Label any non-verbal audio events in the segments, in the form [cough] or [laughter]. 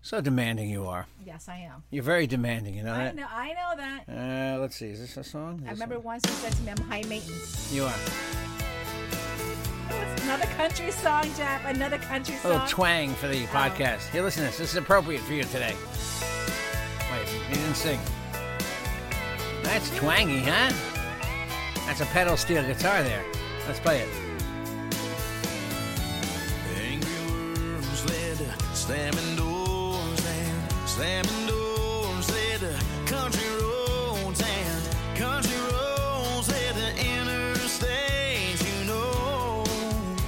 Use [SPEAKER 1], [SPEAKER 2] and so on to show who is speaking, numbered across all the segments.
[SPEAKER 1] So demanding you are.
[SPEAKER 2] Yes, I am.
[SPEAKER 1] You're very demanding, you know
[SPEAKER 2] I
[SPEAKER 1] that?
[SPEAKER 2] know. I know that.
[SPEAKER 1] Uh, let's see, is this a song? Is
[SPEAKER 2] I
[SPEAKER 1] this
[SPEAKER 2] remember
[SPEAKER 1] one?
[SPEAKER 2] once you said to me, "I'm high maintenance."
[SPEAKER 1] You are.
[SPEAKER 2] Oh, it's another country song, Jeff. Another country
[SPEAKER 1] A
[SPEAKER 2] song.
[SPEAKER 1] little twang for
[SPEAKER 2] Oh.
[SPEAKER 1] the podcast. Here, listen to this. This is appropriate for you today. Wait, you didn't sing. That's twangy, huh? That's a pedal steel guitar there. Let's play it.
[SPEAKER 3] Angry words led to slamming doors and slamming doors led to country roads and country roads led to interstates. You know,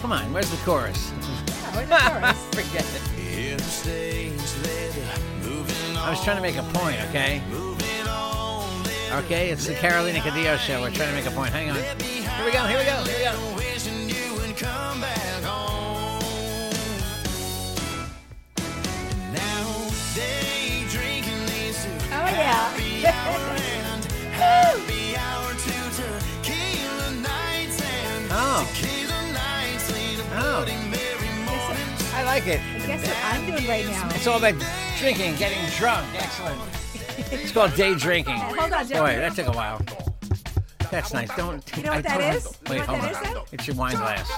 [SPEAKER 1] Come on, where's the chorus?
[SPEAKER 2] Yeah, we're in the chorus.
[SPEAKER 1] Forget it.
[SPEAKER 3] interstates led to moving on.
[SPEAKER 1] I was trying to make a point, okay?
[SPEAKER 3] Moving on, led
[SPEAKER 1] Okay, it's the Carolina Cadillo show. We're trying to make a point. Hang on. Here we go, here we go, here we go.
[SPEAKER 3] to wishing you would come back home. Now day drinking leads to
[SPEAKER 2] Oh yeah. [laughs]
[SPEAKER 3] Happy hour and happy hour to tequila nights and
[SPEAKER 1] Oh,
[SPEAKER 3] tequila nights lead a
[SPEAKER 1] oh.
[SPEAKER 3] bloody merry morning.
[SPEAKER 1] I like it.
[SPEAKER 2] And guess what I'm doing right now?
[SPEAKER 1] It's all about drinking, getting drunk. Excellent. It's called day drinking.
[SPEAKER 2] Hold on, Jeff.
[SPEAKER 1] Boy, that took a while. That's nice. Don't.
[SPEAKER 2] You know what
[SPEAKER 1] I
[SPEAKER 2] that
[SPEAKER 1] totally-
[SPEAKER 2] is? You
[SPEAKER 1] Wait,
[SPEAKER 2] know what
[SPEAKER 1] hold
[SPEAKER 2] that
[SPEAKER 1] on.
[SPEAKER 2] is, Ed?
[SPEAKER 1] It's your wine glass.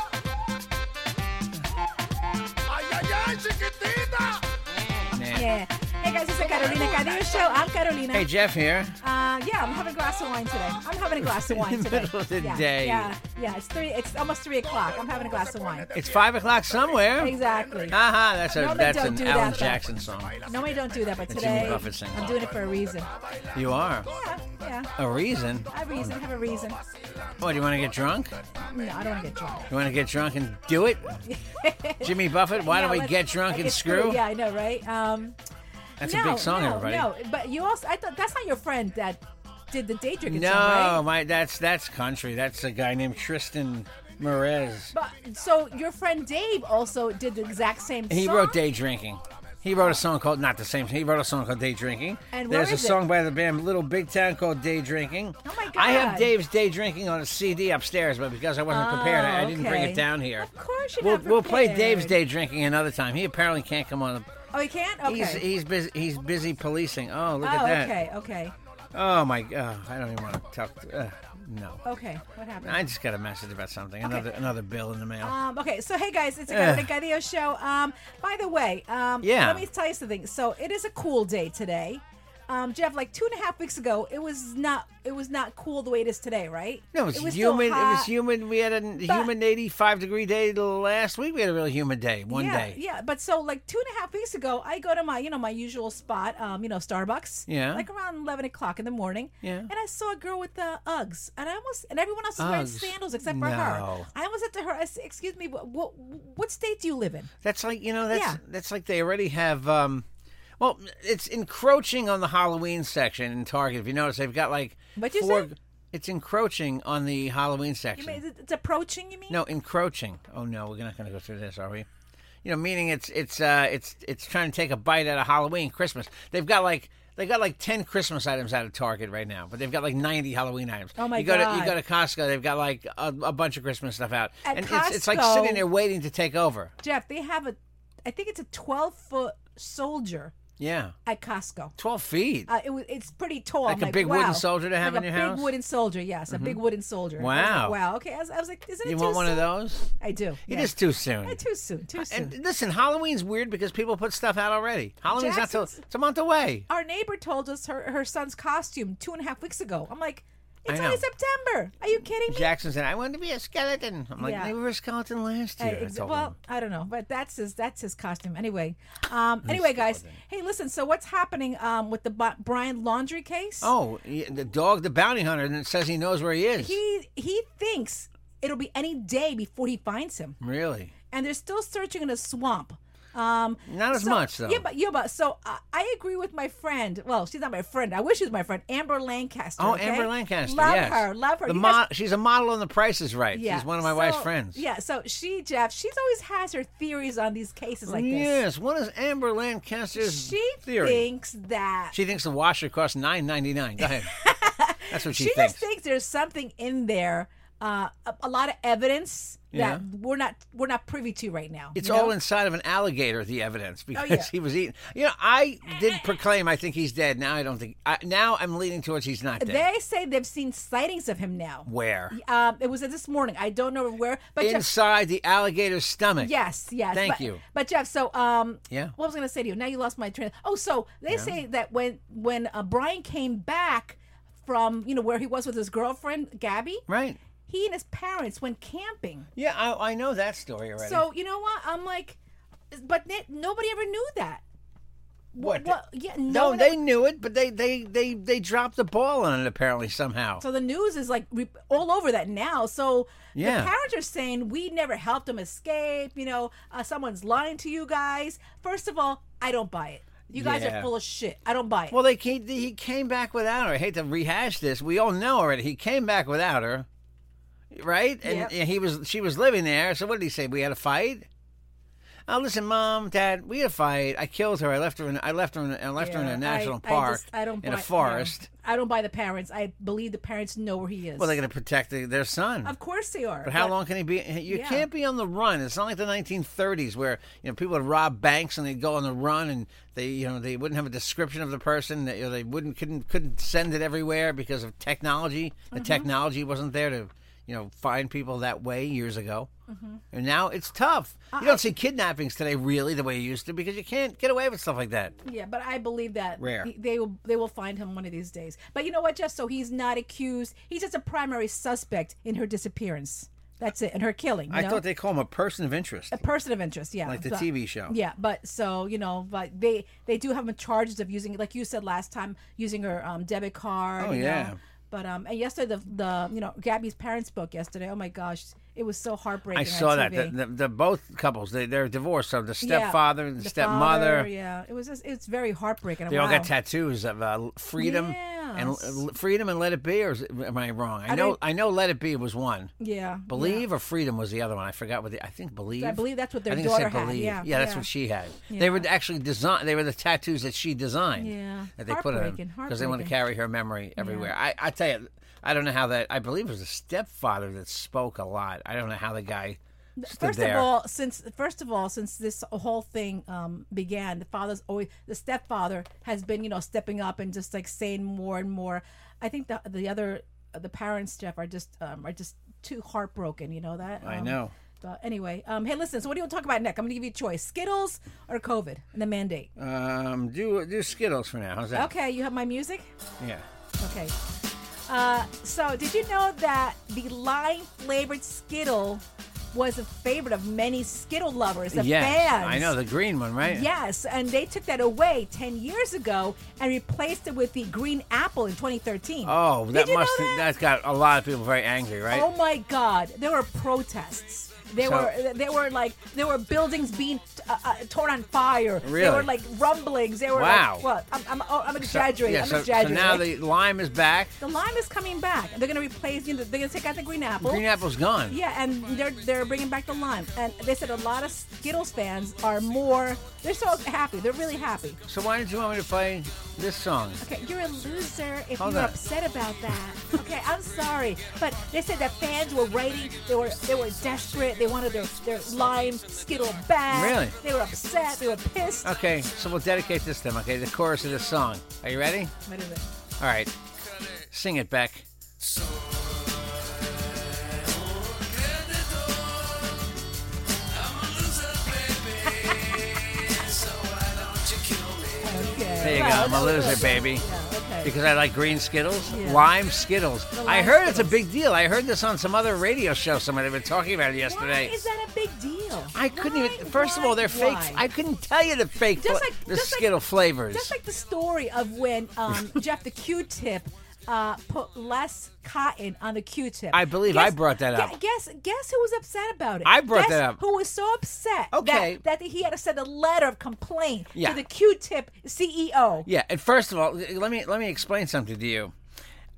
[SPEAKER 3] Ay, ay, ay, chiquitita!
[SPEAKER 1] Yeah.
[SPEAKER 2] Yeah. Hey guys, it's the Carolina Cadillo show. I'm Carolina.
[SPEAKER 1] Hey, Jeff here.
[SPEAKER 2] Uh, yeah, I'm having a glass of wine today. I'm having a glass of
[SPEAKER 1] [laughs]
[SPEAKER 2] wine
[SPEAKER 1] In the
[SPEAKER 2] today.
[SPEAKER 1] middle of the
[SPEAKER 2] yeah,
[SPEAKER 1] day.
[SPEAKER 2] Yeah, yeah. It's three. It's almost three o'clock. I'm having a glass of wine.
[SPEAKER 1] It's five o'clock somewhere.
[SPEAKER 2] Exactly.
[SPEAKER 1] Aha, that's a
[SPEAKER 2] Normally
[SPEAKER 1] that's
[SPEAKER 2] don't
[SPEAKER 1] an
[SPEAKER 2] do
[SPEAKER 1] Alan
[SPEAKER 2] that, though.
[SPEAKER 1] Jackson song.
[SPEAKER 2] Normally don't do that, but
[SPEAKER 1] Jimmy
[SPEAKER 2] today
[SPEAKER 1] Buffett sings.
[SPEAKER 2] I'm doing it for a reason.
[SPEAKER 1] You are
[SPEAKER 2] Yeah, yeah.
[SPEAKER 1] a reason.
[SPEAKER 2] I have a reason. I have a reason.
[SPEAKER 1] Oh, do you want to get drunk?
[SPEAKER 2] No, I don't want to get drunk.
[SPEAKER 1] You want to get drunk and do
[SPEAKER 2] [laughs]
[SPEAKER 1] it? Jimmy Buffett, why
[SPEAKER 2] Yeah,
[SPEAKER 1] don't we
[SPEAKER 2] let's-
[SPEAKER 1] get drunk and
[SPEAKER 2] get
[SPEAKER 1] screw?
[SPEAKER 2] Yeah, I know, right? Um,
[SPEAKER 1] That's
[SPEAKER 2] no,
[SPEAKER 1] a big song,
[SPEAKER 2] no,
[SPEAKER 1] everybody.
[SPEAKER 2] No, but you also, I thought that's not your friend that did the day drinking
[SPEAKER 1] No,
[SPEAKER 2] song, right?
[SPEAKER 1] my that's that's country. That's a guy named Tristan Merez.
[SPEAKER 2] But so your friend Dave also did the exact same.
[SPEAKER 1] He
[SPEAKER 2] song?
[SPEAKER 1] wrote Day Drinking. He wrote a song called not the same. He wrote a song called Day Drinking.
[SPEAKER 2] And where
[SPEAKER 1] there's a
[SPEAKER 2] is it?
[SPEAKER 1] song by the band Little Big Town called Day Drinking.
[SPEAKER 2] Oh my
[SPEAKER 1] I have
[SPEAKER 2] God. Oh,
[SPEAKER 1] Dave's Day Drinking on a CD upstairs, but because I wasn't prepared, I, I didn't bring
[SPEAKER 2] okay.
[SPEAKER 1] it down here.
[SPEAKER 2] Of course you're
[SPEAKER 1] We'll,
[SPEAKER 2] not
[SPEAKER 1] we'll play
[SPEAKER 2] prepared.
[SPEAKER 1] Dave's Day Drinking another time. He apparently can't come on.
[SPEAKER 2] Oh, he can't. Okay.
[SPEAKER 1] He's he's busy. He's busy policing. Oh, look
[SPEAKER 2] oh,
[SPEAKER 1] at that.
[SPEAKER 2] okay, okay,
[SPEAKER 1] Oh my. Oh, I don't even want to talk. To, uh, no.
[SPEAKER 2] okay. What happened?
[SPEAKER 1] I just got a message about something. Another another bill in the mail.
[SPEAKER 2] Um, okay, so hey guys, it's a Carolina Cadillo show. Um, by the way, um,
[SPEAKER 1] Yeah.
[SPEAKER 2] let me tell you something. So it is a cool day today. Um, Jeff, like two and a half weeks ago, it was not it was not cool the way it is today, right?
[SPEAKER 1] No, it was,
[SPEAKER 2] still
[SPEAKER 1] humid. It was
[SPEAKER 2] hot.
[SPEAKER 1] humid. We had a humid 85 degree day last week. We had a real humid day, one
[SPEAKER 2] yeah,
[SPEAKER 1] day.
[SPEAKER 2] Yeah, but so like two and a half weeks ago, I go to my you know my usual spot, um, you know Starbucks.
[SPEAKER 1] Yeah.
[SPEAKER 2] Like around eleven o'clock in the morning.
[SPEAKER 1] Yeah.
[SPEAKER 2] And I saw a girl with uh, Uggs, and I almost and everyone else is wearing
[SPEAKER 1] Uggs.
[SPEAKER 2] sandals except for her.
[SPEAKER 1] No.
[SPEAKER 2] I almost said to her, I said, "Excuse me, what, what what state do you live in?"
[SPEAKER 1] That's like, you know, that's
[SPEAKER 2] Yeah.
[SPEAKER 1] that's like they already have um well, it's encroaching on the Halloween section in Target. If you notice, they've got like
[SPEAKER 2] What'd you
[SPEAKER 1] four
[SPEAKER 2] say?
[SPEAKER 1] it's encroaching on the Halloween
[SPEAKER 2] You
[SPEAKER 1] section.
[SPEAKER 2] mean it's- it's approaching? You mean?
[SPEAKER 1] no, encroaching. Oh no, we're not going to go through this, are we? You know, meaning it's it's uh it's it's trying to take a bite out of Halloween, Christmas. They've got like they got like ten Christmas items out of Target right now, but they've got like ninety Halloween items.
[SPEAKER 2] Oh, my
[SPEAKER 1] you go To, you
[SPEAKER 2] God.
[SPEAKER 1] go to Costco, they've got like a, a bunch of Christmas stuff out,
[SPEAKER 2] At
[SPEAKER 1] and it's it's like
[SPEAKER 2] Costco-
[SPEAKER 1] sitting there waiting to take over.
[SPEAKER 2] Jeff, they have a, I think it's a 12 foot soldier
[SPEAKER 1] Yeah.
[SPEAKER 2] at Costco.
[SPEAKER 1] 12 feet.
[SPEAKER 2] Uh, it was it's pretty tall.
[SPEAKER 1] Like
[SPEAKER 2] I'm
[SPEAKER 1] a big wooden
[SPEAKER 2] wow.
[SPEAKER 1] soldier to have
[SPEAKER 2] Like
[SPEAKER 1] in
[SPEAKER 2] a
[SPEAKER 1] your house? Mm-hmm.
[SPEAKER 2] Big wooden soldier, yes, a big wooden soldier. I was like,
[SPEAKER 1] Wow.
[SPEAKER 2] wow. Okay. I was, I was like, isn't it
[SPEAKER 1] you
[SPEAKER 2] too
[SPEAKER 1] want one of
[SPEAKER 2] soon?
[SPEAKER 1] those?
[SPEAKER 2] I do.
[SPEAKER 1] It
[SPEAKER 2] yeah.
[SPEAKER 1] is too soon.
[SPEAKER 2] Eh, too soon. Too soon.
[SPEAKER 1] And listen, Halloween's weird because people put stuff out already. Halloween's not till
[SPEAKER 2] Jackson's-
[SPEAKER 1] it's a month away.
[SPEAKER 2] Our neighbor told us her, her son's costume two and a half weeks ago. I'm like,
[SPEAKER 1] I
[SPEAKER 2] it's only
[SPEAKER 1] know.
[SPEAKER 2] September. Are you kidding me?
[SPEAKER 1] Jackson said, "I wanted to be a skeleton." I'm like,
[SPEAKER 2] Yeah.
[SPEAKER 1] "They were a skeleton last
[SPEAKER 2] Uh,
[SPEAKER 1] year."
[SPEAKER 2] ex-
[SPEAKER 1] It's all-
[SPEAKER 2] well, I don't know, but that's his that's his costume anyway. Um, anyway, guys, hey, listen. So what's happening um, with the Bo- Brian Laundry case?
[SPEAKER 1] oh, yeah, the dog, the bounty hunter, that says he knows where he is.
[SPEAKER 2] he he thinks it'll be any day before he finds him,
[SPEAKER 1] really?
[SPEAKER 2] and they're still searching in a swamp. Um,
[SPEAKER 1] Not as
[SPEAKER 2] so-
[SPEAKER 1] much though.
[SPEAKER 2] Yeah, but yeah, but so uh, I agree with my friend. Well, she's not my friend. I wish she was my friend, Amber Lancaster.
[SPEAKER 1] oh,
[SPEAKER 2] okay?
[SPEAKER 1] Amber Lancaster.
[SPEAKER 2] Love
[SPEAKER 1] yes.
[SPEAKER 2] her. Love her.
[SPEAKER 1] The
[SPEAKER 2] You
[SPEAKER 1] mo-
[SPEAKER 2] guys-
[SPEAKER 1] she's a model on The Price Is Right.
[SPEAKER 2] yeah.
[SPEAKER 1] She's one of my wife's
[SPEAKER 2] so-
[SPEAKER 1] friends.
[SPEAKER 2] Yeah. So she, Jeff, she's always has her theories on these cases like this.
[SPEAKER 1] yes. What is Amber Lancaster's
[SPEAKER 2] She
[SPEAKER 1] theory?
[SPEAKER 2] thinks that
[SPEAKER 1] she thinks the washer costs nine ninety nine. Go
[SPEAKER 2] [laughs]
[SPEAKER 1] ahead. That's what she,
[SPEAKER 2] she
[SPEAKER 1] thinks.
[SPEAKER 2] just thinks there's something in there, uh, a, a lot of evidence
[SPEAKER 1] Yeah.
[SPEAKER 2] that we're not we're not privy to right now.
[SPEAKER 1] It's
[SPEAKER 2] you
[SPEAKER 1] all
[SPEAKER 2] know? Oh,
[SPEAKER 1] inside of an alligator. The evidence because
[SPEAKER 2] yeah.
[SPEAKER 1] he was eating. You know, I did proclaim I think he's dead. Now I don't think. I, now I'm leaning towards he's not dead.
[SPEAKER 2] They say they've seen sightings of him now.
[SPEAKER 1] Where
[SPEAKER 2] Um, it was this morning. I don't know where, but Jeff,
[SPEAKER 1] inside the alligator's stomach.
[SPEAKER 2] yes, yes.
[SPEAKER 1] Thank
[SPEAKER 2] but,
[SPEAKER 1] you.
[SPEAKER 2] But Jeff, so um,
[SPEAKER 1] Yeah.
[SPEAKER 2] What was I gonna say to you? Now you lost my train. of- Oh, so they say that when when uh, Brian came back from you know where he was with his girlfriend Gabby,
[SPEAKER 1] Right.
[SPEAKER 2] he and his parents went camping.
[SPEAKER 1] Yeah, I, I know that story already.
[SPEAKER 2] So you know what? I'm like, but ne- nobody ever knew that.
[SPEAKER 1] what?
[SPEAKER 2] Well, yeah, no.
[SPEAKER 1] no, they knew it, but they they they they dropped the ball on it apparently somehow.
[SPEAKER 2] So the news is like re- all over that now. So
[SPEAKER 1] Yeah.
[SPEAKER 2] the parents are saying we never helped them escape. You know, uh, someone's lying to you guys. First of all, I don't buy it. You guys
[SPEAKER 1] Yeah.
[SPEAKER 2] are full of shit. I don't buy it.
[SPEAKER 1] well, they came, he came back without her. I hate to rehash this. We all know already. He came back without her, right? And
[SPEAKER 2] Yep.
[SPEAKER 1] and he was she was living there. So what did he say? We had a fight. Oh, listen, mom, dad, we had a fight. I killed her. I left her. In, I left her. In, I left her in
[SPEAKER 2] Yeah,
[SPEAKER 1] a national
[SPEAKER 2] I,
[SPEAKER 1] park.
[SPEAKER 2] I, just, I don't
[SPEAKER 1] in
[SPEAKER 2] buy,
[SPEAKER 1] a forest.
[SPEAKER 2] no. I don't buy the parents. I believe the parents know where he is.
[SPEAKER 1] Well, they're going to protect the, their son.
[SPEAKER 2] of course they are.
[SPEAKER 1] But how long can he be? You
[SPEAKER 2] Yeah.
[SPEAKER 1] can't be on the run. It's not like the 1930s where you know people would rob banks and they'd go on the run and they you know they wouldn't have a description of the person. That, you know, they wouldn't couldn't couldn't send it everywhere because of technology. The
[SPEAKER 2] Mm-hmm.
[SPEAKER 1] technology wasn't there to you know find people that way years ago.
[SPEAKER 2] Mm-hmm.
[SPEAKER 1] And now it's tough. you don't see kidnappings today really the way you used to because you can't get away with stuff like that.
[SPEAKER 2] Yeah, but I believe that
[SPEAKER 1] Rare.
[SPEAKER 2] he- they will they will find him one of these days. But you know what, Jeff? So he's not accused. He's just a primary suspect in her disappearance. That's it, and her killing. you
[SPEAKER 1] I
[SPEAKER 2] know?
[SPEAKER 1] thought they call him a person of interest,
[SPEAKER 2] a person of interest. Yeah,
[SPEAKER 1] like the
[SPEAKER 2] But-
[SPEAKER 1] TV show.
[SPEAKER 2] Yeah, but so you know, but they they do have him charged of using, like you said last time, using her um, debit card.
[SPEAKER 1] Oh,
[SPEAKER 2] you know.
[SPEAKER 1] yeah.
[SPEAKER 2] But um, and yesterday the the you know Gabby's parents spoke yesterday. Oh my gosh, it was so heartbreaking.
[SPEAKER 1] I
[SPEAKER 2] on
[SPEAKER 1] saw that. The,
[SPEAKER 2] TV.
[SPEAKER 1] the, the both couples they they're divorced. So the
[SPEAKER 2] Yeah,
[SPEAKER 1] stepfather and the,
[SPEAKER 2] the
[SPEAKER 1] stepmother.
[SPEAKER 2] father, yeah, it was just, it's very heartbreaking.
[SPEAKER 1] They
[SPEAKER 2] wow.
[SPEAKER 1] all got tattoos of uh, freedom and
[SPEAKER 2] Yes.
[SPEAKER 1] l- freedom and Let It Be. Or is, am I wrong? I,
[SPEAKER 2] I
[SPEAKER 1] know.
[SPEAKER 2] don't-
[SPEAKER 1] I know. Let It Be was one.
[SPEAKER 2] Yeah, yeah.
[SPEAKER 1] Believe or freedom was the other one. I forgot what the, I think. Believe.
[SPEAKER 2] I believe that's what their
[SPEAKER 1] I think it
[SPEAKER 2] daughter
[SPEAKER 1] said
[SPEAKER 2] had,
[SPEAKER 1] believe.
[SPEAKER 2] yeah,
[SPEAKER 1] that's
[SPEAKER 2] yeah.
[SPEAKER 1] what she had. They were
[SPEAKER 2] Yeah.
[SPEAKER 1] actually design. They were the tattoos that she designed.
[SPEAKER 2] Yeah.
[SPEAKER 1] That they put on
[SPEAKER 2] Heartbreaking,
[SPEAKER 1] because they want to
[SPEAKER 2] heartbreaking.
[SPEAKER 1] carry her memory everywhere. I, I tell you, I don't know how that. I believe it was the stepfather that spoke a lot. I don't know how the guy. Stood
[SPEAKER 2] First
[SPEAKER 1] there.
[SPEAKER 2] of all, since first of all, since this whole thing um, began, the father's always the stepfather has been, you know, stepping up and just like saying more and more. I think the the other the parents, Jeff, are just um, are just too heartbroken. You know that.
[SPEAKER 1] I
[SPEAKER 2] Um,
[SPEAKER 1] know.
[SPEAKER 2] But anyway, um, hey, listen. So what do you want to talk about next? I'm going to give you a choice: Skittles or COVID and the mandate.
[SPEAKER 1] Um, do do Skittles for now. How's that?
[SPEAKER 2] Okay, you have my music.
[SPEAKER 1] Yeah.
[SPEAKER 2] Okay. Uh, so, did you know that the lime flavored Skittle was a favorite of many Skittle lovers, the
[SPEAKER 1] yes.
[SPEAKER 2] fans?
[SPEAKER 1] I know the green one, right?
[SPEAKER 2] Yes, and they took that away 10 years ago and replaced it with the green apple in 2013.
[SPEAKER 1] Oh,
[SPEAKER 2] Did
[SPEAKER 1] that
[SPEAKER 2] you know
[SPEAKER 1] must
[SPEAKER 2] that?
[SPEAKER 1] has got a lot of people very angry, right?
[SPEAKER 2] Oh my God! There were protests. There
[SPEAKER 1] So-
[SPEAKER 2] were there were like there were buildings being uh, uh, torn on fire. There
[SPEAKER 1] Really?
[SPEAKER 2] were like rumblings. There were
[SPEAKER 1] Wow.
[SPEAKER 2] Like, well, I'm, I'm, oh, I'm
[SPEAKER 1] So-
[SPEAKER 2] exaggerating.
[SPEAKER 1] yeah,
[SPEAKER 2] I'm
[SPEAKER 1] so, so
[SPEAKER 2] exaggerating.
[SPEAKER 1] now the lime is back.
[SPEAKER 2] The lime is coming back. They're going to replace. You know, they're going to take out the green apple.
[SPEAKER 1] Green apple's gone.
[SPEAKER 2] Oh. Yeah, and they're they're bringing back the lime. And they said a lot of Skittles fans are more. They're so happy. They're really happy.
[SPEAKER 1] So why did you want me to play this song?
[SPEAKER 2] Okay, you're a loser if
[SPEAKER 1] Hold
[SPEAKER 2] you're
[SPEAKER 1] on.
[SPEAKER 2] upset about that. Okay, I'm sorry, but they said that fans were writing. They were they were desperate. They wanted their, their lime Skittle back.
[SPEAKER 1] Really?
[SPEAKER 2] They were upset. They were pissed.
[SPEAKER 1] Okay, so we'll dedicate this to them, okay? The chorus of this song. Are you ready?
[SPEAKER 2] What is it?
[SPEAKER 1] All right. Sing it, Beck.
[SPEAKER 2] Okay.
[SPEAKER 1] There you go.
[SPEAKER 2] Well,
[SPEAKER 1] I'm a
[SPEAKER 2] that was
[SPEAKER 1] loser,
[SPEAKER 2] good.
[SPEAKER 1] baby.
[SPEAKER 2] Yeah, okay.
[SPEAKER 1] Because I like green Skittles,
[SPEAKER 2] Yeah.
[SPEAKER 1] lime Skittles.
[SPEAKER 2] The
[SPEAKER 1] I
[SPEAKER 2] lime
[SPEAKER 1] heard it's a
[SPEAKER 2] Skittles.
[SPEAKER 1] big deal. I heard this on some other radio show. Somebody had been talking about it yesterday.
[SPEAKER 2] Why is that a big deal?
[SPEAKER 1] I couldn't
[SPEAKER 2] Why?
[SPEAKER 1] even. First of
[SPEAKER 2] Why?
[SPEAKER 1] all, they're fake.
[SPEAKER 2] Why?
[SPEAKER 1] I couldn't tell you the fake.
[SPEAKER 2] Just
[SPEAKER 1] fla-
[SPEAKER 2] like-
[SPEAKER 1] the
[SPEAKER 2] just like-
[SPEAKER 1] Skittle flavors.
[SPEAKER 2] Just like the story of when
[SPEAKER 1] [laughs]
[SPEAKER 2] um, Jeff the Q-tip uh, put less cotton on the Q-tip.
[SPEAKER 1] I believe I brought that
[SPEAKER 2] gu-
[SPEAKER 1] up.
[SPEAKER 2] Guess guess who was upset about it?
[SPEAKER 1] I brought
[SPEAKER 2] Guess
[SPEAKER 1] that up.
[SPEAKER 2] Who was so upset?
[SPEAKER 1] Okay.
[SPEAKER 2] That, that he had to send a letter of complaint
[SPEAKER 1] Yeah.
[SPEAKER 2] to the Q-tip E CEO.
[SPEAKER 1] yeah. And first of all, let me let me explain something to you.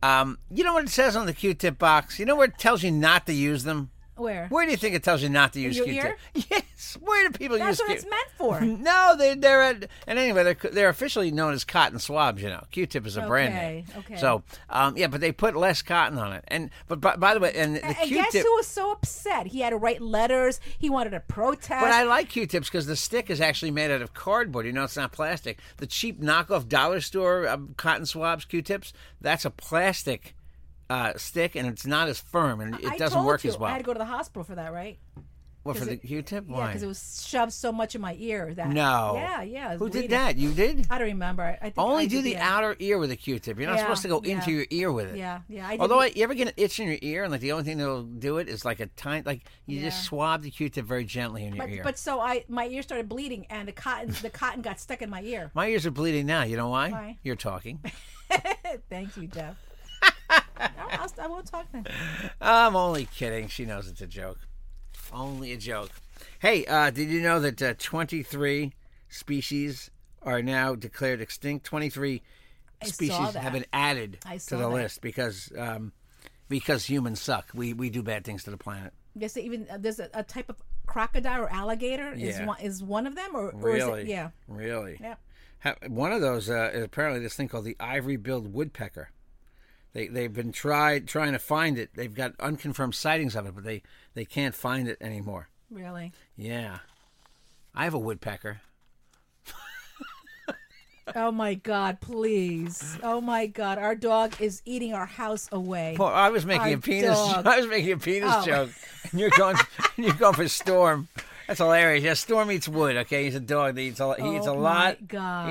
[SPEAKER 1] Um, you know what it says on the Q-tip box? You know where it tells you not to use them?
[SPEAKER 2] Where?
[SPEAKER 1] Where do you think it tells you not to use
[SPEAKER 2] your
[SPEAKER 1] Q-tip? [laughs] Yes. Where do people use
[SPEAKER 2] That's what
[SPEAKER 1] Q-tip?
[SPEAKER 2] it's meant
[SPEAKER 1] [laughs]
[SPEAKER 2] for.
[SPEAKER 1] No, they, they're at, and anyway, they're they're officially known as cotton swabs. You know, Q-tip is a brand name.
[SPEAKER 2] Okay, okay.
[SPEAKER 1] So, um, yeah, but they put less cotton on it. And but by, by the way, and the
[SPEAKER 2] and
[SPEAKER 1] Q-tip.
[SPEAKER 2] guess who was so upset? He had to write letters. He wanted to protest.
[SPEAKER 1] But I like Q-tips because the stick is actually made out of cardboard. You know, it's not plastic. The cheap knockoff dollar store um, cotton swabs Q-tips. That's a plastic uh, stick, and it's not as firm, and it
[SPEAKER 2] I
[SPEAKER 1] doesn't
[SPEAKER 2] told
[SPEAKER 1] work
[SPEAKER 2] you,
[SPEAKER 1] as well.
[SPEAKER 2] I had to go to the hospital for that, right?
[SPEAKER 1] what for
[SPEAKER 2] 'cause
[SPEAKER 1] the
[SPEAKER 2] it-
[SPEAKER 1] Q-tip?
[SPEAKER 2] Yeah,
[SPEAKER 1] Why?
[SPEAKER 2] because it was shoved so much in my ear that.
[SPEAKER 1] no.
[SPEAKER 2] Yeah, yeah. it was
[SPEAKER 1] Who did
[SPEAKER 2] bleeding.
[SPEAKER 1] that? You did.
[SPEAKER 2] I don't remember. [laughs] I I think
[SPEAKER 1] Only
[SPEAKER 2] I
[SPEAKER 1] do
[SPEAKER 2] did,
[SPEAKER 1] the
[SPEAKER 2] yeah.
[SPEAKER 1] outer ear with a Q-tip. You're not
[SPEAKER 2] Yeah,
[SPEAKER 1] supposed to go
[SPEAKER 2] yeah.
[SPEAKER 1] into your ear with it.
[SPEAKER 2] Yeah, yeah. I did
[SPEAKER 1] Although
[SPEAKER 2] the-
[SPEAKER 1] I, you ever get an itch in your ear, and like the only thing that'll do it is like a tiny, like you just
[SPEAKER 2] Yeah.
[SPEAKER 1] swab the Q-tip very gently in your
[SPEAKER 2] but,
[SPEAKER 1] ear.
[SPEAKER 2] but so I, my ear started bleeding, and the cotton, the cotton got stuck in my ear.
[SPEAKER 1] my ears are bleeding now. You know why?
[SPEAKER 2] Why?
[SPEAKER 1] You're talking.
[SPEAKER 2] Thank you,
[SPEAKER 1] [laughs]
[SPEAKER 2] Jeff. I, I'll, I won't talk then.
[SPEAKER 1] I'm only kidding. She knows it's a joke. Only a joke. Hey, uh, did you know that uh, 23 species are now declared extinct? 23
[SPEAKER 2] I saw
[SPEAKER 1] species
[SPEAKER 2] that.
[SPEAKER 1] have been added
[SPEAKER 2] I
[SPEAKER 1] to
[SPEAKER 2] saw
[SPEAKER 1] the
[SPEAKER 2] that.
[SPEAKER 1] list because um, because humans suck. We we do bad things to the planet.
[SPEAKER 2] Yes, even uh, there's a, a type of crocodile or alligator is
[SPEAKER 1] Yeah.
[SPEAKER 2] one is one of them, or, or is
[SPEAKER 1] Really?
[SPEAKER 2] it, yeah,
[SPEAKER 1] Really?
[SPEAKER 2] Yep.
[SPEAKER 1] Ha- One of those uh, is apparently this thing called the ivory-billed woodpecker. They they've been tried trying to find it. They've got unconfirmed sightings of it, but they they can't find it anymore.
[SPEAKER 2] really.
[SPEAKER 1] Yeah. I have a woodpecker.
[SPEAKER 2] Oh my God, please! Oh my God, our dog is eating our house away.
[SPEAKER 1] Paul, I was making a
[SPEAKER 2] Our
[SPEAKER 1] penis. [laughs]
[SPEAKER 2] dog.
[SPEAKER 1] I was making a penis
[SPEAKER 2] Oh.
[SPEAKER 1] joke, and you're going. [laughs] and you're going for Storm. That's hilarious. Yeah, Storm eats wood. Okay, he's a dog that eats a. He eats a
[SPEAKER 2] Oh, my
[SPEAKER 1] lot.